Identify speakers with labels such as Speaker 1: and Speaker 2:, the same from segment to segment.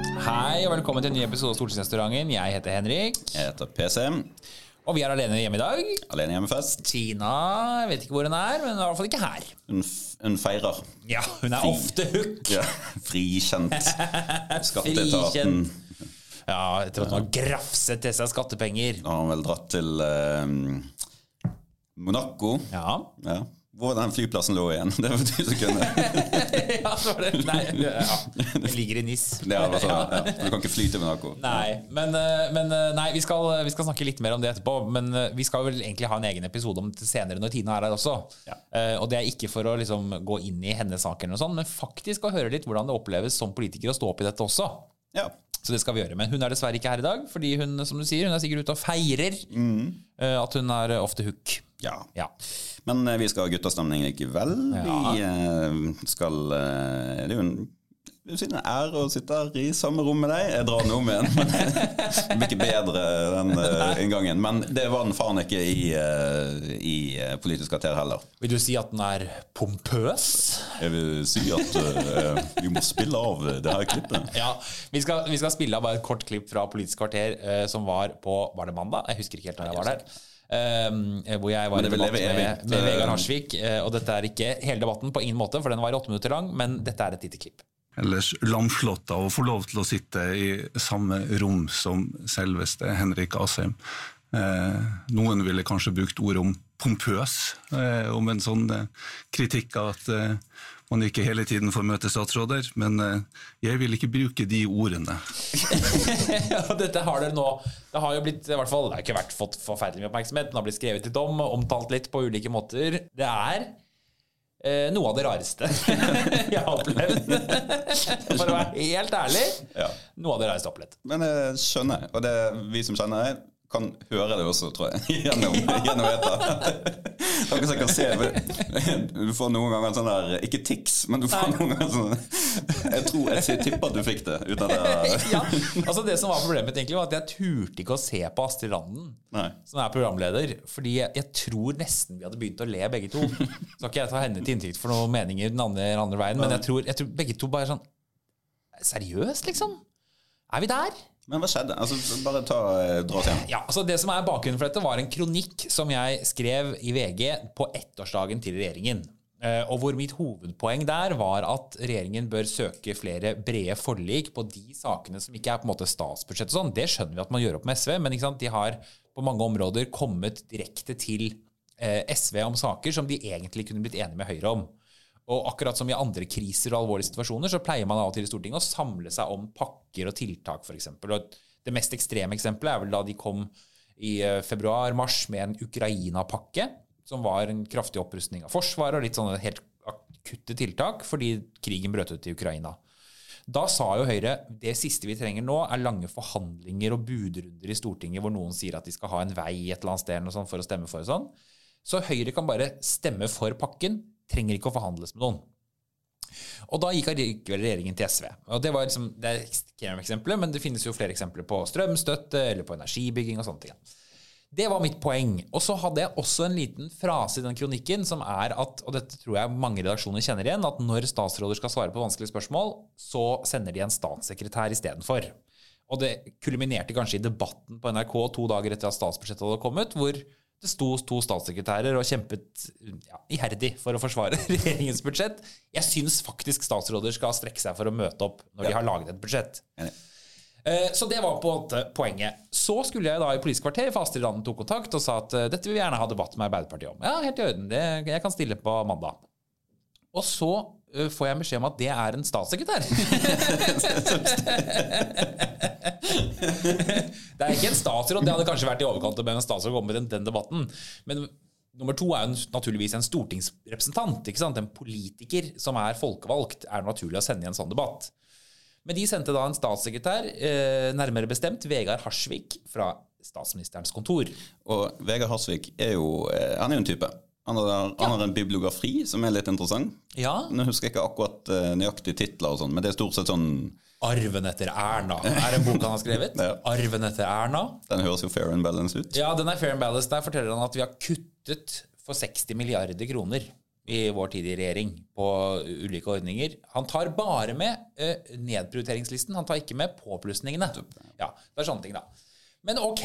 Speaker 1: og velkommen til en ny episode av Stortingsrestauranten. Jeg heter Henrik,
Speaker 2: Jeg heter PCM.
Speaker 1: og vi er alene hjemme i dag.
Speaker 2: Alene hjemmefest.
Speaker 1: Tina jeg vet ikke hvor hun er, men hun er i hvert fall ikke her.
Speaker 2: Hun, f- hun feirer.
Speaker 1: Ja, Hun er ofte hook.
Speaker 2: Ja. Frikjent. Skatteetaten.
Speaker 1: Frikjent. Ja, etter at hun har grafset til seg skattepenger.
Speaker 2: Nå har hun vel dratt til eh, Monaco.
Speaker 1: Ja.
Speaker 2: Ja. Hvor den flyplassen lå igjen. Det var du som kunne
Speaker 1: ja, så var det Nei, ja. Hun ligger i NIS.
Speaker 2: det hadde vært sånn, ja. Du kan ikke fly til Monaco.
Speaker 1: Nei, men, eh, men eh, nei, vi, skal, vi skal snakke litt mer om det etterpå. Men eh, vi skal vel egentlig ha en egen episode om det senere når Tina er her også.
Speaker 2: Ja.
Speaker 1: Eh, Og det er ikke for å liksom, gå inn i hennes saker, eller noe sånt, men faktisk å høre litt hvordan det oppleves som politiker å stå opp i dette også.
Speaker 2: Ja.
Speaker 1: Så det skal vi gjøre. Men hun er dessverre ikke her i dag, fordi hun som du sier, hun er sikkert ute og feirer eh, at hun er ofte hook.
Speaker 2: ja.
Speaker 1: Ja.
Speaker 2: Men eh, vi skal ha guttastemning likevel. Vi eh, skal eh, Det er jo en det er jo en ære å sitte her i samme rom med deg. Jeg drar den om igjen, men det blir ikke bedre den eh, inngangen. Men det var den faen ikke i, eh, i eh, Politisk kvarter heller.
Speaker 1: Vil du si at den er pompøs?
Speaker 2: Jeg vil si at eh, vi må spille av det her klippet.
Speaker 1: Ja, vi skal, vi skal spille av bare et kort klipp fra Politisk kvarter eh, som var på Var det mandag? Jeg husker ikke helt når jeg var der. Eh, hvor jeg var
Speaker 2: Men
Speaker 1: i
Speaker 2: det vil
Speaker 1: debatt
Speaker 2: leve
Speaker 1: med,
Speaker 2: evig.
Speaker 1: med
Speaker 2: Det-
Speaker 1: Vegard Harsvik. eh, og dette er ikke hele debatten på ingen måte, for den var åtte minutter lang, men dette er et lite klipp.
Speaker 3: ellers lamslått av å få lov til å sitte i samme rom som selveste Henrik Asheim. Eh, noen ville kanskje brukt ordet om pompøs, eh, om en sånn eh, kritikk av at eh, man ikke hele tiden får møte statsråder, men eh, jeg vil ikke bruke de ordene.
Speaker 1: Og dette har dere nå Det har jo blitt, i hvert fall, det har ikke vært fått forferdelig mye oppmerksomhet, den har blitt skrevet litt om, omtalt litt på ulike måter. Det er eh, noe av det rareste jeg har opplevd. For å være helt ærlig,
Speaker 2: Ja.
Speaker 1: noe av det rareste jeg har opplevd.
Speaker 2: Men jeg skjønner, og det vi som kjenner deg, kan høre det også, tror jeg. Gjennom, gjennom ETA. Dere som kan se men Du får noen ganger en sånn der Ikke tics, men du får noen ganger sånn Jeg tror jeg sier- tipper at du fikk det. Uten at jeg,
Speaker 1: ja, altså Det som var problemet, mitt egentlig var at jeg turte ikke å se på Astrid Randen,
Speaker 2: Nei.
Speaker 1: som er programleder, fordi jeg, jeg tror nesten vi hadde begynt å le, begge to. Så skal ikke jeg ta henne til inntekt for noen meninger den andre, den andre veien, men jeg tror, jeg tror begge to bare sånn Seriøst, liksom? Er vi der?
Speaker 2: Men hva skjedde? Altså, bare ta, dra oss igjen.
Speaker 1: Ja, altså Det som er bakgrunnen for dette, var en kronikk som jeg skrev i VG på ettårsdagen til regjeringen. Eh, Og hvor mitt hovedpoeng der var at regjeringen bør søke flere brede forlik på de sakene som ikke er på en måte statsbudsjett og sånn. Det skjønner vi at man gjør opp med SV, men ikke sant? de har på mange områder kommet direkte til eh, SV om saker som de egentlig kunne blitt enige med Høyre om. Og akkurat som i andre kriser og alvorlige situasjoner, så pleier man av og til i Stortinget å samle seg om pakker og tiltak, f.eks. Og det mest ekstreme eksempelet er vel da de kom i februar-mars med en Ukraina-pakke, som var en kraftig opprustning av Forsvaret og litt sånne helt akutte tiltak fordi krigen brøt ut i Ukraina. Da sa jo Høyre det siste vi trenger nå, er lange forhandlinger og budrunder i Stortinget hvor noen sier at de skal ha en vei et eller annet sted eller noe sånt for å stemme for og sånn. Så Høyre kan bare stemme for pakken, trenger ikke å forhandles med noen. Og da gikk allikevel regjeringen til SV. Og Det var liksom, det er ekstreme eksempler, men det finnes jo flere eksempler på strømstøtte eller på energibygging og sånne ting. Det var mitt poeng. Og så hadde jeg også en liten frase i den kronikken som er at, og dette tror jeg mange redaksjoner kjenner igjen, at når statsråder skal svare på vanskelige spørsmål, så sender de en statssekretær istedenfor. Og det kulminerte kanskje i debatten på NRK to dager etter at statsbudsjettet hadde kommet, hvor det sto to statssekretærer og kjempet ja, iherdig for å forsvare regjeringens budsjett. Jeg syns faktisk statsråder skal strekke seg for å møte opp når de har laget et budsjett. Eh, Så det var på en måte poenget. Så skulle jeg da i Politisk kvarter, for Astrid Randen tok kontakt og sa at eh, dette vil vi gjerne ha debatt med Arbeiderpartiet om. Ja, helt i orden. Det, jeg kan stille på mandag. Og så eh, får jeg beskjed om at det er en statssekretær. det er ikke en statsråd. Det hadde kanskje vært i overkant med en statsråd å komme med den, den debatten. Men nummer to er jo en- naturligvis en stortingsrepresentant. ikke sant? En politiker som er folkevalgt, er naturlig å sende i en sånn debatt. Men de sendte da en statssekretær, eh, nærmere bestemt Vegard Harsvik, fra statsministerens kontor.
Speaker 2: Og Vegard Harsvik er jo eh, Han er jo en type. Han har, han har en bibliografi som er litt interessant.
Speaker 1: Ja.
Speaker 2: Nå husker jeg ikke akkurat eh, nøyaktig titler og sånn, men det er stort sett sånn
Speaker 1: 'Arven etter Erna' er en bok han har skrevet.
Speaker 2: Ja.
Speaker 1: 'Arven etter Erna'.
Speaker 2: Den høres jo fair and balanced ut.
Speaker 1: Ja, den er fair and balanced. Der forteller han at vi har kuttet for 60 milliarder kroner i vår tid i regjering på ulike ordninger. Han tar bare med eh, nedprioriteringslisten, han tar ikke med påplussingene. Ja, det er sånne ting, da. Men ok,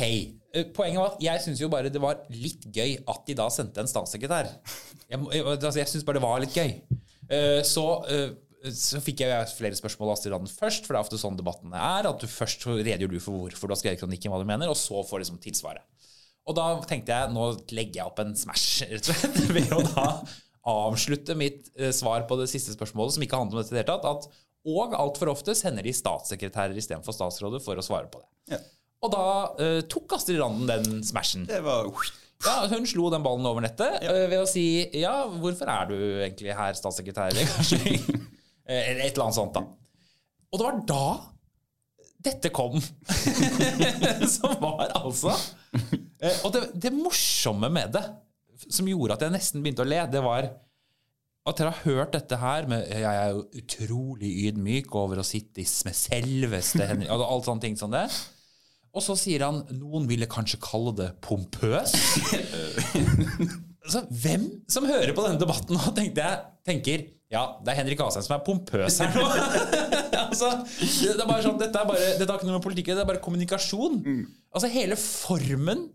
Speaker 1: eh, poenget var at jeg syns jo bare det var litt gøy at de da sendte en statssekretær. Jeg, må- jeg, altså, jeg syns bare det var litt gøy. Eh, så eh, så fikk jeg flere spørsmål av Astrid Randen først, for det er ofte sånn debattene er. At du først redegjør du for hvorfor du har skrevet kronikken, hva du mener, og så får liksom tilsvaret. Og da tenkte jeg nå legger jeg opp en smash rett og slett, ved å da avslutte mitt eh, svar på det siste spørsmålet, som ikke handler om dette i det hele tatt, at og altfor ofte sender de statssekretærer istedenfor statsråder for å svare på det.
Speaker 2: Ja.
Speaker 1: Og da eh, tok Astrid Randen den smashen.
Speaker 2: Det var
Speaker 1: Ja, hun slo den ballen over nettet eh, ved å si ja, hvorfor er du egentlig her, statssekretær? Kanskje? Eh, Eller et eller annet sånt, da. Og det var da dette kom. som var altså eh, Og det, det morsomme med det, som gjorde at jeg nesten begynte å le, det var at dere har hørt dette her med Jeg er jo utrolig ydmyk over å sitte i s- med selveste Henrik og Alt sånne ting som det. Og så sier han Noen ville kanskje kalle det pompøs. Så hvem som hører på denne debatten nå, tenkte jeg, tenker ja, det er Henrik Asheim som er pompøs her nå. altså, det det er bare sånn, dette, er bare, dette har ikke noe med politikk å gjøre, det er bare kommunikasjon. Altså, hele formen,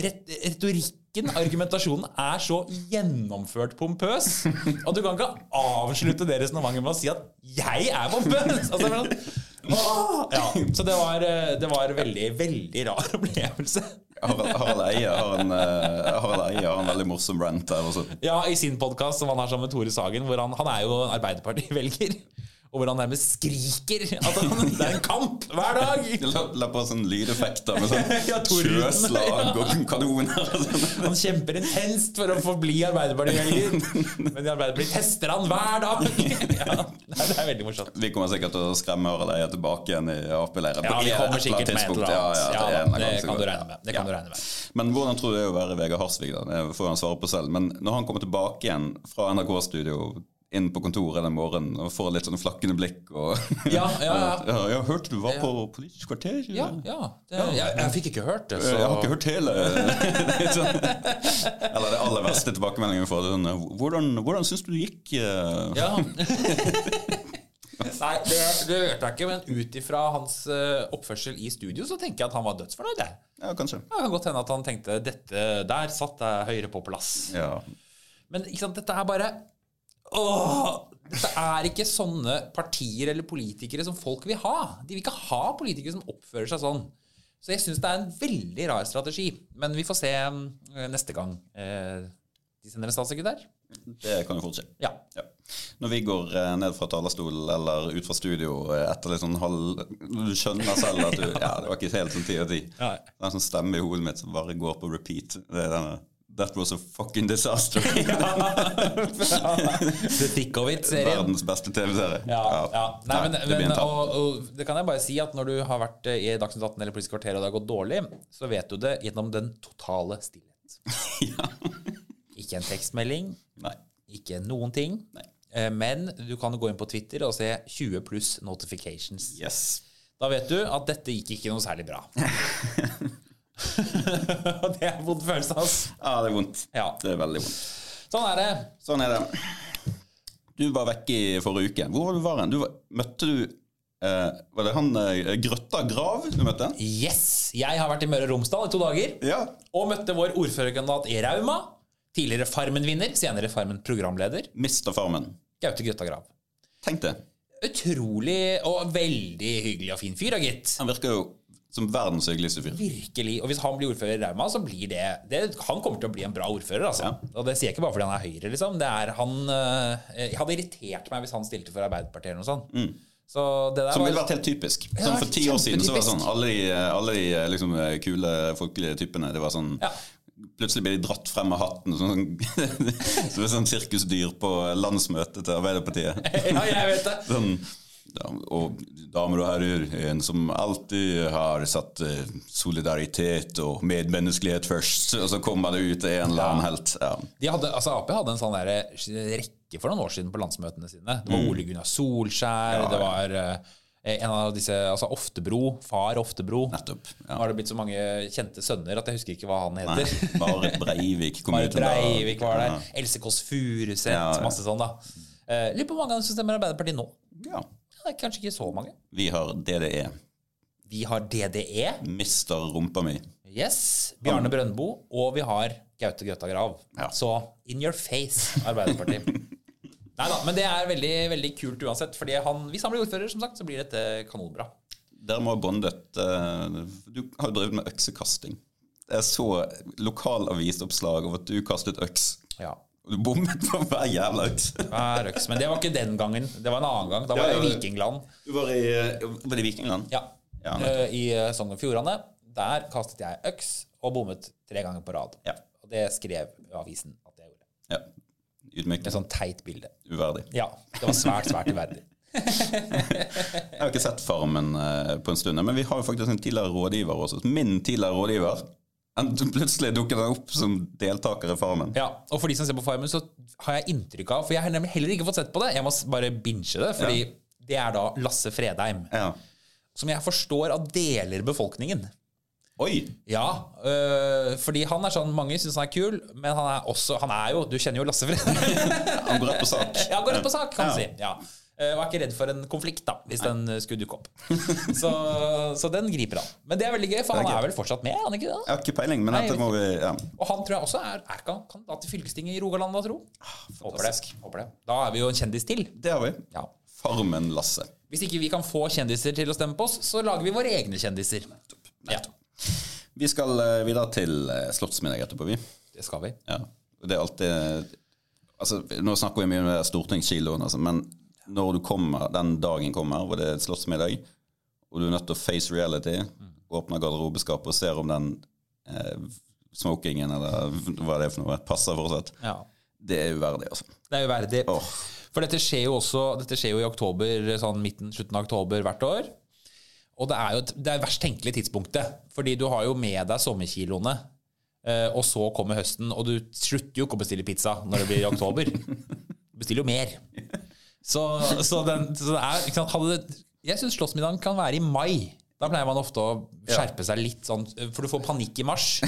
Speaker 1: ret retorikken, argumentasjonen er så gjennomført pompøs at du kan ikke avslutte det resonnementet med å si at 'jeg er pompøs'. Altså, det er sånn, «Åh!» ja, så det var, eh, det var veldig, veldig rar opplevelse.
Speaker 2: Harald Harald Eia har en, eh, Harald Eia har en veldig morsom rant der også.
Speaker 1: Ja, i sin podkast som han har sammen med Tore Sagen, hvor han, han er jo Arbeiderparti-velger. Og hvor han nærmest skriker at han, det er en kamp hver dag!
Speaker 2: La, la på sånn lydeffekter med
Speaker 1: Ja,
Speaker 2: sånn
Speaker 1: Tor Ruden.
Speaker 2: sjøslag og kanoner og sånn.
Speaker 1: Han kjemper intenst for å forbli Arbeiderparti-velger. Men i Arbeiderpartiet tester han hver dag! Ja, nei, det er veldig morsomt.
Speaker 2: Vi kommer sikkert til å skremme Harald Eia tilbake igjen i Ap-leiren.
Speaker 1: Ja,
Speaker 2: på
Speaker 1: vi kommer
Speaker 2: et eller annet
Speaker 1: sikkert med et
Speaker 2: tidspunkt.
Speaker 1: eller annet. Ja,
Speaker 2: Ja, ja, det er en eller
Speaker 1: det
Speaker 2: annen gang
Speaker 1: kan du
Speaker 2: sikkert.
Speaker 1: regne med. Det kan du regne med.
Speaker 2: Men hvordan tror du det er å være Vegard Harsvik, da? Det får han svare på selv. Men når han kommer tilbake igjen fra NRK-studio, inn på kontoret den morgenen og får litt sånn flakkende blikk og
Speaker 1: Ja, ja, ja.
Speaker 2: ja. Jeg har hørt du var på Politisk kvarter.
Speaker 1: Ja, ja. Det, jeg, jeg fikk ikke hørt det,
Speaker 2: Eh, Jeg har
Speaker 1: så
Speaker 2: ikke hørt hele Det er sånn. Eller det aller verste tilbakemeldingen vi får. det er sånn, Hvordan, hvordan syns du det gikk? eh,
Speaker 1: Ja. Nei, det, det vet jeg ikke, men ut ifra hans eh, oppførsel i studio så tenker jeg at han var dødsfornøyd. jeg.
Speaker 2: Ja, kanskje.
Speaker 1: Ja, Det kan godt hende at han tenkte dette der satt jeg høyere på plass.
Speaker 2: Ja.
Speaker 1: Men ikke sant, dette er bare Åh! Dette er ikke sånne partier eller politikere som folk vil ha. De vil ikke ha politikere som oppfører seg sånn. Så jeg syns det er en veldig rar strategi. Men vi får se eh, neste gang eh, de sender en statssekretær.
Speaker 2: Det kan jo fort skje.
Speaker 1: Ja.
Speaker 2: Ja. Når vi går eh, ned fra talerstolen eller ut fra studio eh, etter litt sånn halv Du skjønner selv at du Ja, det var ikke helt sånn ti av ti. Det
Speaker 1: Nei.
Speaker 2: er en sånn stemme i hodet mitt som bare går på repeat. Det er denne That was a fucking disaster.
Speaker 1: The thick of it-serien.
Speaker 2: Verdens beste TV-serie.
Speaker 1: Ja, ja. Nei, men,
Speaker 2: det blir
Speaker 1: men,
Speaker 2: en tap.
Speaker 1: og, og, det kan jeg bare si at når du har vært eh, i Dagsnytt 18 eller Politisk kvarter og det har gått dårlig, så vet du det gjennom den totale stillhet. Ikke en tekstmelding,
Speaker 2: Nei.
Speaker 1: ikke noen ting.
Speaker 2: Nei.
Speaker 1: Eh, Men du kan gå inn på Twitter og se 20 pluss notifications.
Speaker 2: Yes.
Speaker 1: Da vet du at dette gikk ikke noe særlig bra. Og det er en vond følelse, altså.
Speaker 2: Ja, Ah, det er vondt.
Speaker 1: Ja.
Speaker 2: Det er veldig vondt.
Speaker 1: Sånn er det.
Speaker 2: Sånn er det. Du var vekke i forrige uke. Hvor var du var hen? Du var, møtte du eh, Var det han eh, Grøtta Grav du møtte?
Speaker 1: Yes! Jeg har vært i Møre og Romsdal i to dager.
Speaker 2: Ja.
Speaker 1: Og møtte vår ordførerkandidat i Rauma. Tidligere Farmen-vinner, senere Farmen-programleder.
Speaker 2: Mister Farmen.
Speaker 1: Gaute Grøtta Grav.
Speaker 2: Tenk det.
Speaker 1: Utrolig og veldig hyggelig og fin fyr, da, gitt.
Speaker 2: Han virker jo som verdens hyggeligste fyr.
Speaker 1: Virkelig. Og hvis han blir ordfører i Rauma, så blir det, det Han kommer til å bli en bra ordfører, altså. Og det sier jeg ikke bare fordi han er Høyre, liksom. Det er han øh, Jeg hadde irritert meg hvis han stilte for Arbeiderpartiet eller noe sånt. Så det der
Speaker 2: Som ville
Speaker 1: var
Speaker 2: vært helt typisk. Sånn For ti år siden så var det sånn alle de, alle de liksom, kule, folkelige typene. Det var sånn
Speaker 1: Ja.
Speaker 2: Plutselig ble de dratt frem av hatten som sånn, som et sånn sirkusdyr på landsmøtet til Arbeiderpartiet.
Speaker 1: Ja, jeg vet det.
Speaker 2: Sånn, ja, og damer og herrer, en som alltid har satt eh, solidaritet og medmenneskelighet først, og så kommer det ut en eller annen helt. Ja.
Speaker 1: De hadde, altså Ap hadde en sånn der
Speaker 2: Mm.
Speaker 1: rekke for noen år siden på landsmøtene sine. Det var Ole Gunnar Solskjær, det var eh, eh, en av disse, altså Oftebro, far Oftebro.
Speaker 2: Nettopp.
Speaker 1: Nå
Speaker 2: Ja.
Speaker 1: har det blitt så mange kjente sønner at jeg husker ikke hva han
Speaker 2: Nei,
Speaker 1: heter.
Speaker 2: Marit Breivik kom
Speaker 1: Marit
Speaker 2: ut en dag.
Speaker 1: Breivik var der. Else Kåss Furuseth.
Speaker 2: Ja, ja.
Speaker 1: Masse sånn, da. Eh, Lurer på hvor mange av dem som stemmer Arbeiderpartiet nå.
Speaker 2: Ja.
Speaker 1: Ja, det er kanskje ikke så mange.
Speaker 2: Vi har DDE.
Speaker 1: Vi har E. DDE,
Speaker 2: Mister rumpa mi.
Speaker 1: yes, Bjarne Brøndbo, og vi har Gaute Grøtta Grav.
Speaker 2: Ja.
Speaker 1: Så in your face, Arbeiderpartiet. Nei da, men det er veldig veldig kult uansett. Fordi han, hvis han blir ordfører, som sagt, så blir dette kanonbra.
Speaker 2: Dere må ha bondet eh, Du har jo drevet med øksekasting. Jeg så lokalavisoppslag over at du kastet øks.
Speaker 1: Ja.
Speaker 2: Og Du bommet på hver jævla øks.
Speaker 1: Ja, Røks, men det var ikke den gangen. Det var en annen gang. Da var
Speaker 2: Ja, ja,
Speaker 1: det
Speaker 2: ja.
Speaker 1: Vikingland.
Speaker 2: Du var i, eh, var det Vikingland?
Speaker 1: Ja.
Speaker 2: Ja,
Speaker 1: Eh, I eh, Sogn og Fjordane. Der kastet jeg øks og bommet tre ganger på rad.
Speaker 2: Ja.
Speaker 1: Og det skrev avisen at jeg gjorde.
Speaker 2: ja. Ydmykende.
Speaker 1: Med sånn teit bilde.
Speaker 2: Uverdig.
Speaker 1: Ja. Det var svært, svært uverdig.
Speaker 2: Jeg har ikke sett Farmen eh, på en stund, men vi har jo faktisk en tidligere rådgiver også. Min tidligere rådgiver. Han plutselig dukket han opp som deltaker i Farmen.
Speaker 1: Ja, og for de som ser på Farmen, så har jeg inntrykk av For jeg har nemlig heller ikke fått sett på det. Jeg må s- bare binge det, fordi det er da Lasse Fredheim.
Speaker 2: Ja.
Speaker 1: Som jeg forstår at deler befolkningen.
Speaker 2: Oi!
Speaker 1: Ja, øh, fordi han er sånn Mange syns han er kul, men han er også Han er jo Du kjenner jo Lasse Fredheim.
Speaker 2: Han går rett på sak.
Speaker 1: ja, går rett på sak, kan
Speaker 2: Ja.
Speaker 1: du si. Ja. Eh, Og er ikke redd for en konflikt, da, hvis den eh, skulle dukke opp. Så, så den griper han. Men det er veldig gøy, for han er vel fortsatt med, er han ikke
Speaker 2: Jeg
Speaker 1: det?
Speaker 2: har ikke peiling, men
Speaker 1: Nei,
Speaker 2: dette
Speaker 1: jeg
Speaker 2: må vi ja.
Speaker 1: Og han tror jeg også er, er ikke han kandidat til fylkestinget i Rogaland, hva tro? Håper det. Håper det. Da er vi jo en kjendis til.
Speaker 2: Det har vi.
Speaker 1: Ja.
Speaker 2: Farmen-Lasse.
Speaker 1: Hvis ikke vi kan få kjendiser til å stemme på oss, så lager vi våre egne kjendiser. Ja,
Speaker 2: Vi skal eh, videre til eh, slottsmiddag etterpå, vi.
Speaker 1: det skal vi.
Speaker 2: Ja. Det er alltid altså, Nå snakker vi mye om det der stortingskiloen, altså, men når du kommer, den dagen kommer hvor det er slottsmiddag, og du er nødt til å face reality,
Speaker 1: Mm.
Speaker 2: åpner garderobeskapet og ser om den eh, smokingen eller hva det er for noe, passer fortsatt,
Speaker 1: Ja.
Speaker 2: det er uverdig, altså.
Speaker 1: Det er uverdig.
Speaker 2: Åh.
Speaker 1: For dette skjer jo også Dette skjer jo i oktober, sånn midten, slutten av oktober hvert år. Og det er jo et- det er verst tenkelige tidspunktet. Fordi du har jo med deg sommerkiloene, eh, og så kommer høsten. Og du slutter jo ikke å bestille pizza når det blir oktober. Du bestiller jo mer. Så, så, den, så det er ikke sant, hadde det, Jeg syns slåssmiddagen kan være i mai. Da pleier man ofte å skjerpe seg litt, sånn, for du får panikk i mars.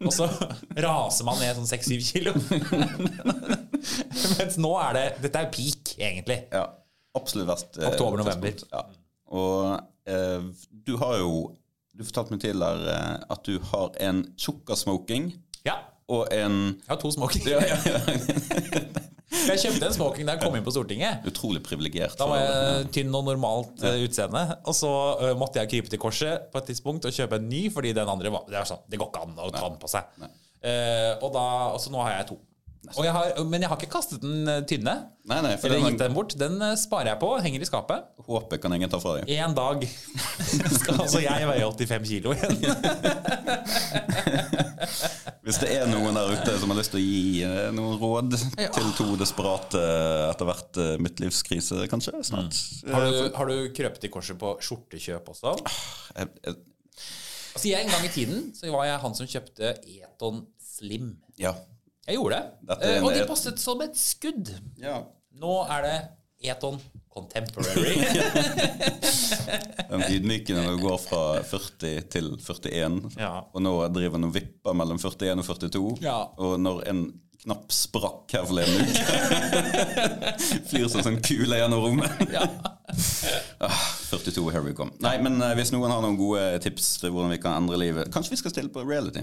Speaker 1: Og så raser man ned sånn 6-7 kilo. Mens nå er det Dette er peak, egentlig.
Speaker 2: Ja, absolutt verst. eh,
Speaker 1: Oktober, november.
Speaker 2: tidspunkt. Ja. Og eh, du har jo Du fortalte meg tidligere eh, at du har en tjukka-smoking
Speaker 1: Ja.
Speaker 2: og en
Speaker 1: Jeg har to smoking.
Speaker 2: ja, ja, ja.
Speaker 1: Jeg kjøpte en smoking da jeg kom inn på Stortinget.
Speaker 2: Utrolig privilegert.
Speaker 1: Da var jeg tynn og normalt eh, utseende. Og så eh, måtte jeg krype til korset på et tidspunkt og kjøpe en ny, fordi den andre var Det, er sånn, det går ikke an å ta den på seg. Eh, og da, og så nå har jeg to. Og jeg har, men jeg har ikke kastet den eh, tynne.
Speaker 2: Nei, nei, for
Speaker 1: Eller
Speaker 2: den,
Speaker 1: gitt den bort. Den eh, sparer jeg på, henger i skapet.
Speaker 2: håpet kan ingen ta fra deg.
Speaker 1: Én dag skal altså jeg veie 85 kilo igjen.
Speaker 2: Hvis det er noen der ute som har lyst til å gi eh, noen råd
Speaker 1: Ja.
Speaker 2: til to desperate eh, etter hvert eh, midtlivskrise, kanskje, snart
Speaker 1: Mm. Har du, har du krøpet i korset på skjortekjøp også?
Speaker 2: Eh, eh,
Speaker 1: Altså jeg En gang i tiden så var jeg han som kjøpte Eton Slim.
Speaker 2: Ja.
Speaker 1: Jeg gjorde det.
Speaker 2: Dette er en-
Speaker 1: Eh, Og de passet som et skudd.
Speaker 2: ja.
Speaker 1: Nå er det Eton Contemporary.
Speaker 2: Den ydmykende når du går fra 40 til 41,
Speaker 1: Ja.
Speaker 2: og nå driver han og vipper mellom 41 og 42,
Speaker 1: Ja.
Speaker 2: og når en knapp sprakk her forleden uke Flyr som sånn kule gjennom rommet.
Speaker 1: Ja.
Speaker 2: Ah, 42, here we come. Nei, men eh, hvis noen har noen gode tips til hvordan vi kan endre livet Kanskje vi skal stille på reality?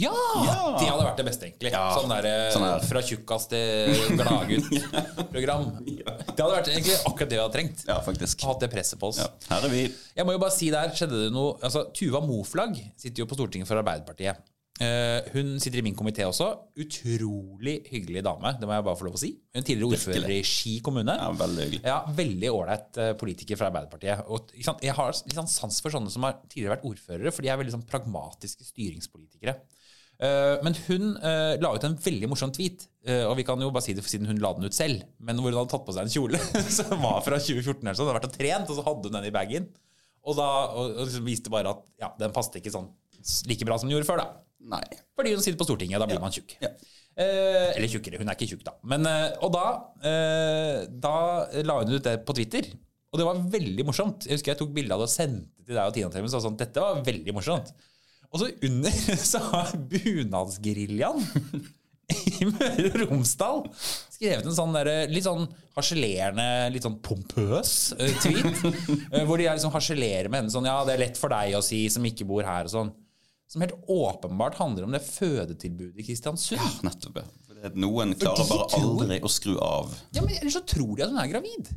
Speaker 1: Ja!
Speaker 2: Ja.
Speaker 1: Det hadde vært det beste, egentlig. Sånn der, eh,
Speaker 2: Sånn der.
Speaker 1: fra tjukkas til gladgutt-program. Det hadde vært egentlig akkurat det vi hadde trengt.
Speaker 2: Ja, faktisk.
Speaker 1: Hatt det presset på oss.
Speaker 2: Ja. Her er vi.
Speaker 1: Jeg må jo bare si der, skjedde det noe Altså, Tuva Moflag sitter jo på Stortinget for Arbeiderpartiet. Eh, hun sitter i min komité også. Utrolig hyggelig dame, det må jeg bare få lov å si. Hun er tidligere ordfører i Ski kommune.
Speaker 2: Ja, veldig hyggelig.
Speaker 1: Ja, veldig ålreit eh, politiker fra Arbeiderpartiet. Og, ikke sant? Jeg har litt sånn sans for sånne som har tidligere vært ordførere, for de er veldig sånn pragmatiske styringspolitikere. Eh, men hun eh, la ut en veldig morsom tweet, eh, og vi kan jo bare si det siden hun la den ut selv, men hvor hun hadde tatt på seg en kjole som var fra 2014 eller sånn, hadde vært og trent, og så hadde hun den i bagen. Og da og, og liksom viste bare at ja, den passet ikke sånn s- like bra som den gjorde før, da.
Speaker 2: Nei.
Speaker 1: Fordi hun sitter på Stortinget, da blir man tjukk.
Speaker 2: Ja.
Speaker 1: Eh, eller tjukkere. Hun er ikke tjukk, da. Men, eh, og da, eh, da la hun ut det på Twitter. Og det var veldig morsomt. Jeg husker jeg tok bilde av det og sendte til deg og Tina Temmen. Så var det sånn, dette var veldig morsomt. Og så under så har Bunadsgeriljaen i Møre og Romsdal skrevet en sånn der, litt sånn harselerende, litt sånn pompøs eh, tweet. eh, hvor de er liksom harselerer med henne sånn Ja, det er lett for deg å si som ikke bor her, og sånn. Som helt åpenbart handler om det fødetilbudet i Kristiansund. Ja,
Speaker 2: Nettopp. ja. For det- Noen klarer bare
Speaker 1: tror-
Speaker 2: aldri å skru av.
Speaker 1: men Ellers så tror de at hun er gravid.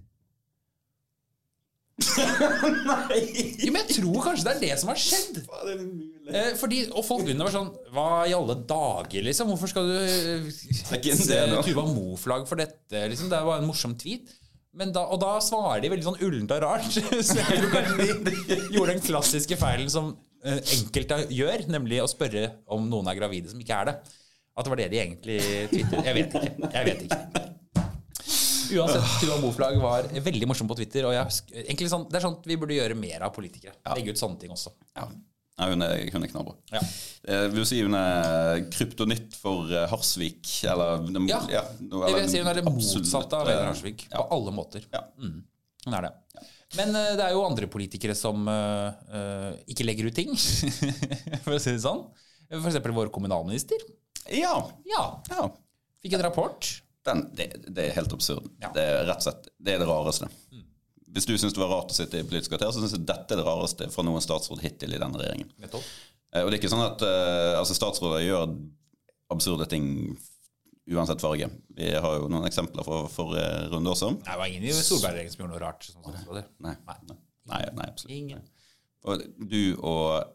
Speaker 1: Nei! Jo, men jeg tror kanskje det er det som har skjedd. Eh, fordi, og folk begynner å være sånn Hva i alle dager, liksom? Hvorfor skal du eh,
Speaker 2: ikke en del
Speaker 1: eh,
Speaker 2: av-
Speaker 1: Tuva Mo-flagg for dette? Liksom? Det er bare en morsom tweet. Men da, og da svarer de veldig sånn ullent og rart. Så jeg tror kanskje de gjorde den klassiske feilen som eh, enkelte gjør, nemlig å spørre om noen er gravide som ikke er det. At det var det de egentlig twitret. Jeg vet ikke. Jeg vet ikke. Uansett,
Speaker 2: Ah.
Speaker 1: Tuva Mo-flagg var veldig morsom på Twitter. Og jeg, husker- egentlig sånn, det er sånt vi burde gjøre mer av politikere. Legge ut sånne ting også.
Speaker 2: Ja. Nei, hun er, hun er knallbra.
Speaker 1: Ja.
Speaker 2: Eh, vil du si hun er kryptonytt for eh, Harsvik? Eller, den-
Speaker 1: Ja.
Speaker 2: no,
Speaker 1: Jeg
Speaker 2: eller
Speaker 1: vil si hun er det
Speaker 2: absolutt,
Speaker 1: motsatte av
Speaker 2: eh,
Speaker 1: Vegard Harsvik. På alle måter.
Speaker 2: Ja.
Speaker 1: Mm. Hun er det. Men eh, det er jo andre politikere som eh, eh, ikke legger ut ting, for å si det sånn. F.eks. vår kommunalminister.
Speaker 2: Ja.
Speaker 1: Ja.
Speaker 2: ja.
Speaker 1: Fikk en rapport.
Speaker 2: Den, det, det er helt absurd.
Speaker 1: Ja. Mm.
Speaker 2: Det er rett og slett det, er det rareste. Hvis du syns det var rart å sitte i Politisk kvarter, så syns jeg dette er det rareste fra noen statsråd hittil i denne regjeringen.
Speaker 1: Nettopp.
Speaker 2: Eh, Og det er ikke sånn at eh, altså statsråder gjør absurde ting uansett farge. Vi har jo noen eksempler fra forrige runde også.
Speaker 1: Nei, det var ingen i Solberg-regjeringen som gjorde noe rart. sånn Som statsråder.
Speaker 2: Nei, nei, nei, absolutt.
Speaker 1: Ingen.
Speaker 2: Og du og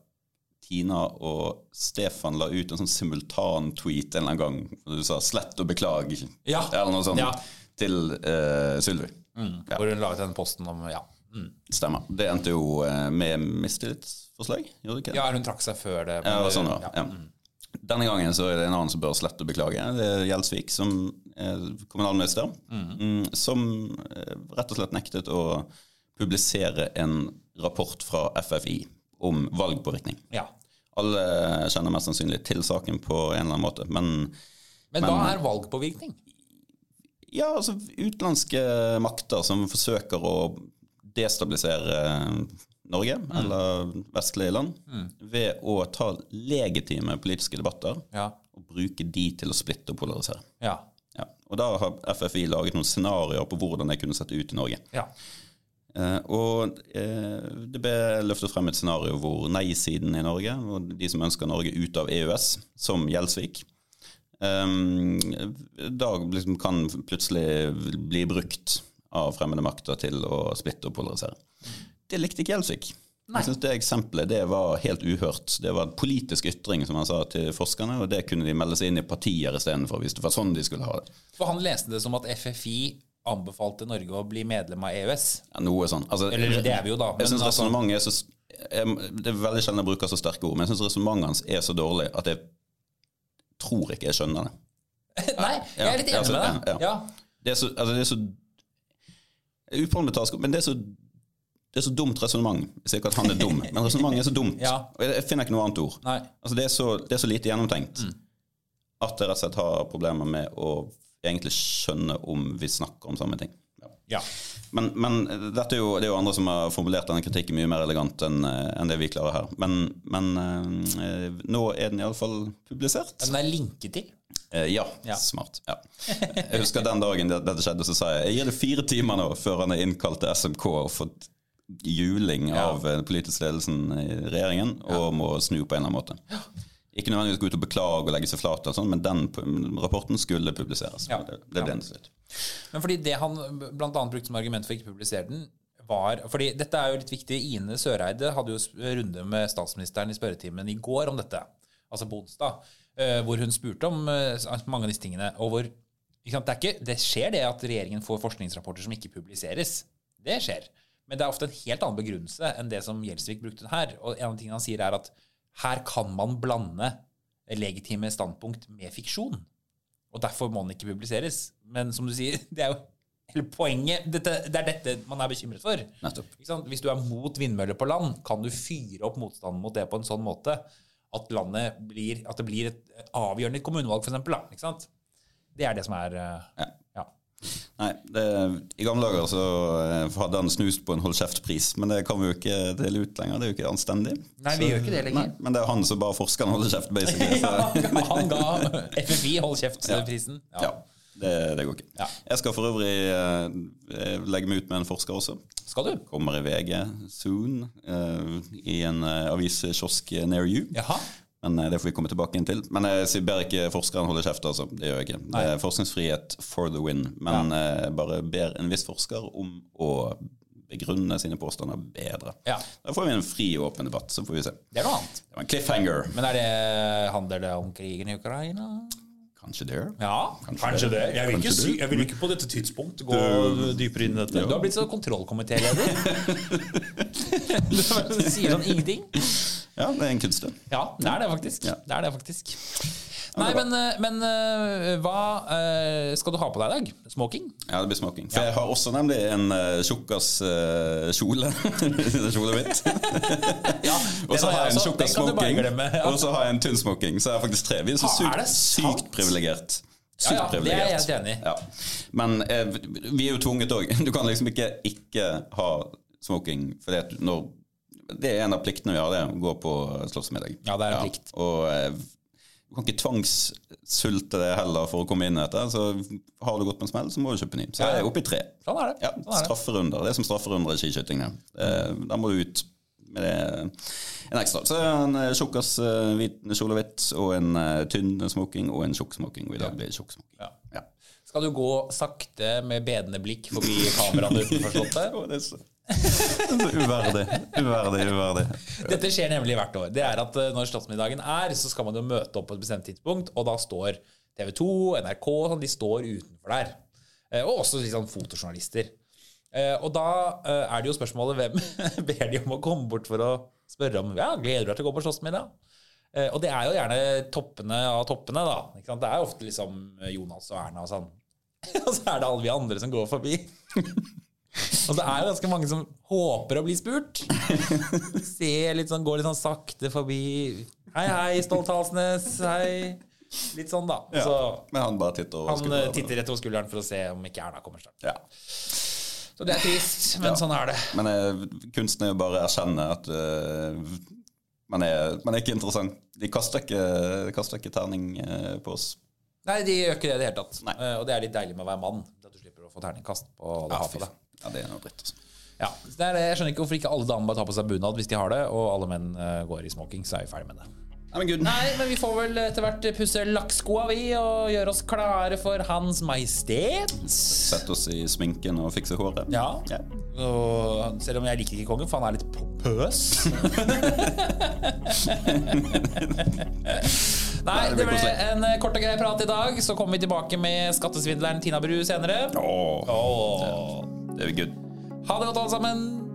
Speaker 2: Tina og Stefan la ut en sånn simultan-tweet en eller annen gang. Du sa 'slett og beklag'
Speaker 1: Ja.
Speaker 2: eller noe sånt
Speaker 1: Ja. Mm.
Speaker 2: til uh, Sylvi. Ja.
Speaker 1: Hvor hun la ut den posten om Ja, mm.
Speaker 2: Stemmer. Det endte jo eh, med mistillitsforslag, gjorde det ikke? det?
Speaker 1: ja hun trakk seg før det. men-
Speaker 2: Ja, det var sånn det var.
Speaker 1: Ja. Mm.
Speaker 2: Ja. Denne gangen så er det en annen som bør slette å beklage. Det er Gjelsvik som er kommunalminister. mm, Som eh, rett og slett nektet å publisere en rapport fra FFI om valgpåvirkning.
Speaker 1: Ja.
Speaker 2: Alle kjenner mest sannsynlig til saken på en eller annen måte, men
Speaker 1: Men, hva er valgpåvirkning?
Speaker 2: ja, altså utenlandske makter som forsøker å destabilisere Norge eller vestlige land ved å ta legitime politiske debatter
Speaker 1: Ja.
Speaker 2: og bruke de til å splitte og polarisere.
Speaker 1: Ja.
Speaker 2: Ja. Og da har FFI laget noen scenarioer på hvordan det kunne sett ut i Norge.
Speaker 1: ja.
Speaker 2: Eh, og eh, det ble løftet frem et scenario hvor nei-siden i Norge, og de som ønsker Norge ut av EØS, som Gjelsvik, eh, da liksom kan plutselig bli brukt av fremmede makter til å splitte og polarisere. Det likte ikke Gjelsvik. Jeg synes Det eksempelet det var helt uhørt. Det var en politisk ytring som han sa til forskerne, og det kunne de melde seg inn i partier istedenfor, hvis det var sånn de skulle ha det.
Speaker 1: For han leste det som at FFI anbefalte Norge å bli medlem av EØS.
Speaker 2: Ja, noe sånn. Altså,
Speaker 1: Eller det er vi jo da, men
Speaker 2: Jeg synes
Speaker 1: altså-
Speaker 2: resonnementet er så jeg, Det er veldig sjelden jeg bruker så sterke ord, men jeg syns resonnementet hans er så dårlig at jeg tror ikke jeg skjønner det.
Speaker 1: Nei, jeg er litt enig
Speaker 2: Ja, altså,
Speaker 1: med deg.
Speaker 2: ja,
Speaker 1: Ja,
Speaker 2: Det er så, altså, det er så uparlamentarisk, men det er så det er så dumt resonnement. Jeg sier ikke at han er dum, men resonnementet er så dumt.
Speaker 1: Ja.
Speaker 2: Og jeg, jeg finner ikke noe annet ord.
Speaker 1: Nei. Mm.
Speaker 2: Altså, det, er så, det er så lite gjennomtenkt at jeg rett og slett har problemer med å egentlig skjønne om vi snakker om samme ting. Ja.
Speaker 1: Ja.
Speaker 2: Men, men dette er jo, det er jo andre som har formulert denne kritikken mye mer elegant enn eh, enn det vi klarer her. Men, men eh, nå er den iallfall publisert.
Speaker 1: Den er linket til.
Speaker 2: Eh, ja,
Speaker 1: Ja.
Speaker 2: smart. Ja. Jeg husker den dagen det- dette skjedde, så sa jeg jeg gir det fire timer nå før han er innkalt til SMK og fått juling
Speaker 1: Ja.
Speaker 2: av eh, politisk ledelsen i regjeringen og må snu på en eller annen måte. Ikke nødvendigvis gå ut og beklage og legge seg flat, og sånn, men den pu- rapporten skulle publiseres.
Speaker 1: Ja.
Speaker 2: Det, det
Speaker 1: Ja.
Speaker 2: ble den til slutt.
Speaker 1: Men fordi det han bl.a. brukte som argument for ikke å publisere den, var fordi dette er jo litt viktig. Ine Søreide hadde jo sp- runde med statsministeren i spørretimen i går om dette, altså på onsdag, eh, hvor hun spurte om eh, mange av disse tingene. Og hvor ikke sant, det, er ikke, det skjer det at regjeringen får forskningsrapporter som ikke publiseres. Det skjer. Men det er ofte en helt annen begrunnelse enn det som Gjelsvik brukte her. Og en av tingene han sier, er at her kan man blande legitime standpunkt med fiksjon. Og derfor må den ikke publiseres. Men som du sier, det er jo hele poenget. Dette, det er dette man er bekymret for.
Speaker 2: Nettopp.
Speaker 1: Ikke sant? Hvis du er mot vindmøller på land, kan du fyre opp motstanden mot det på en sånn måte at, landet blir, at det blir et avgjørende kommunevalg, for eksempel. Da, ikke sant? Det er det som er eh,
Speaker 2: Ja.
Speaker 1: ja.
Speaker 2: Nei, det, I gamle dager så eh, hadde han snust på en hold kjeft-pris, men det kan vi jo ikke dele ut lenger. Det er jo ikke anstendig.
Speaker 1: Nei, vi gjør ikke det lenger.
Speaker 2: Nei, men det er han som bare forsker han holder kjeft, basically. Så,
Speaker 1: Ja, han ga FFI hold kjeft-prisen.
Speaker 2: ja. det, det går ikke.
Speaker 1: Ja.
Speaker 2: Jeg skal for øvrig eh, legge meg ut med en forsker også.
Speaker 1: Skal du?
Speaker 2: Kommer i VG soon, eh, i en eh, aviskiosk near you.
Speaker 1: Jaha.
Speaker 2: Men eh, det får vi komme tilbake inn til. Men jeg sier- ber ikke forskeren holde kjeft, altså. Det gjør jeg ikke. Det er forskningsfrihet for the win. Men eh, bare ber en viss forsker om å begrunne sine påstander bedre.
Speaker 1: Ja.
Speaker 2: Da får vi en fri og åpen debatt, så får vi se.
Speaker 1: Det er noe annet.
Speaker 2: Det var en cliffhanger.
Speaker 1: Men er det handler det om krigen i Ukraina?
Speaker 2: Kanskje det.
Speaker 1: Ja,
Speaker 4: Kanskje det. Jeg vil, ikke
Speaker 2: Kanskje
Speaker 4: sy jeg vil ikke på dette tidspunkt gå dypere inn i dette.
Speaker 1: Du har blitt sånn kontrollkomitéleder. du bare sier sånn ingenting.
Speaker 2: Ja, det er en kunst, det.
Speaker 1: Ja, det er det faktisk.
Speaker 2: Ja.
Speaker 1: Det er det faktisk. Nei, men, eh, men eh, hva eh, skal du ha på deg i dag? Smoking?
Speaker 2: Ja, det blir smoking. For jeg har også nemlig en eh, uh, tjukkas-kjole. Kjolet mitt.
Speaker 1: Ja,
Speaker 2: Og så har jeg
Speaker 1: Den kan du bare
Speaker 2: en tjukkas-smoking.
Speaker 1: glemme. Ja.
Speaker 2: Og så har jeg en tynn smoking. Så jeg har faktisk tre. Vi er så
Speaker 1: Ah, er det
Speaker 2: sykt, sykt
Speaker 1: sant?
Speaker 2: privilegert.
Speaker 1: Ja, ja, det er jeg helt enig i.
Speaker 2: Ja. Men eh, vi er jo tvunget òg. Du kan liksom ikke ikke ha smoking fordi at når Det er en av pliktene vi har, det. Å gå på slottsmiddag.
Speaker 1: Ja, det er en plikt.
Speaker 2: Og eh, du kan ikke tvangssulte det heller for å komme inn etter. Så har du gått på en smell, så må du kjøpe ny. Så jeg er oppe i tre.
Speaker 1: Sånn er det.
Speaker 2: Ja,
Speaker 1: Sånn er det.
Speaker 2: strafferunder. Det er som strafferunder i skiskyting. Ja. Eh, Da må du ut med det. en ekstra. Så en eh, tjukkas eh, hvit kjole og hvitt, og en eh, tynn smoking, og en tjukk smoking. Og i dag blir det tjukk smoking.
Speaker 1: Ja.
Speaker 2: Ja.
Speaker 1: Skal du gå sakte med bedende blikk forbi kameraene utenfor Slottet?
Speaker 2: Å, det er så så uverdig. Uverdig, uverdig.
Speaker 1: Dette skjer nemlig hvert år. Det er at eh, Når Slottsmiddagen er, så skal man jo møte opp på et bestemt tidspunkt, og da står TV 2, NRK sånn, De står utenfor der. Eh, Og også litt sånn fotojournalister. Eh, Og da eh, er det jo spørsmålet hvem ber de om å komme bort for å spørre om Ja, gleder du deg til å gå på Slottsmiddag? Eh, Og det er jo gjerne toppene av toppene, da. Ikke sant? Det er jo ofte liksom Jonas og Erna og sånn. Og så er det alle vi andre som går forbi. Og det er jo ganske mange som håper å bli spurt. Se litt sånn, Går litt sånn sakte forbi. Hei, hei, Stolt Halsnes. Hei. Litt sånn, da.
Speaker 2: Ja.
Speaker 1: Så
Speaker 2: Men han bare titter over
Speaker 1: han eh, titter rett over skulderen for å se om ikke Erna kommer snart.
Speaker 2: Ja.
Speaker 1: Så det er trist, men sånn er det.
Speaker 2: Men eh, kunsten er jo bare å erkjenne at eh, man, er, man er ikke interessant. De kaster ikke, de kaster ikke terning eh, på oss.
Speaker 1: Nei, de gjør ikke det i det hele tatt.
Speaker 2: Nei.
Speaker 1: Eh, Og det er litt deilig med å være mann. At du slipper å få terningkast på det
Speaker 2: fy
Speaker 1: hatet.
Speaker 2: faen. ja, det er noe dritt. Altså.
Speaker 1: Ja, så det er det. Jeg skjønner ikke hvorfor ikke alle damer bare tar på seg bunad hvis de har det, og alle menn eh, går i smoking, så er vi ferdig med det.
Speaker 2: Nei, men gud.
Speaker 1: Nei, men vi får vel eh, etter hvert pusse lakkskoa vi og gjøre oss klare for Hans Majestet.
Speaker 2: Sette oss i sminken og fikse håret.
Speaker 1: Ja. Og selv om jeg liker ikke kongen, for han er litt pompøs. Nei,
Speaker 2: det blir
Speaker 1: det ble
Speaker 2: koselig.
Speaker 1: en eh, kort og grei prat i dag. Så kommer vi tilbake med skattesvindleren Tina Bru senere.
Speaker 2: Åh,
Speaker 1: Åh.
Speaker 2: det er good.
Speaker 1: Ha det godt, alle sammen.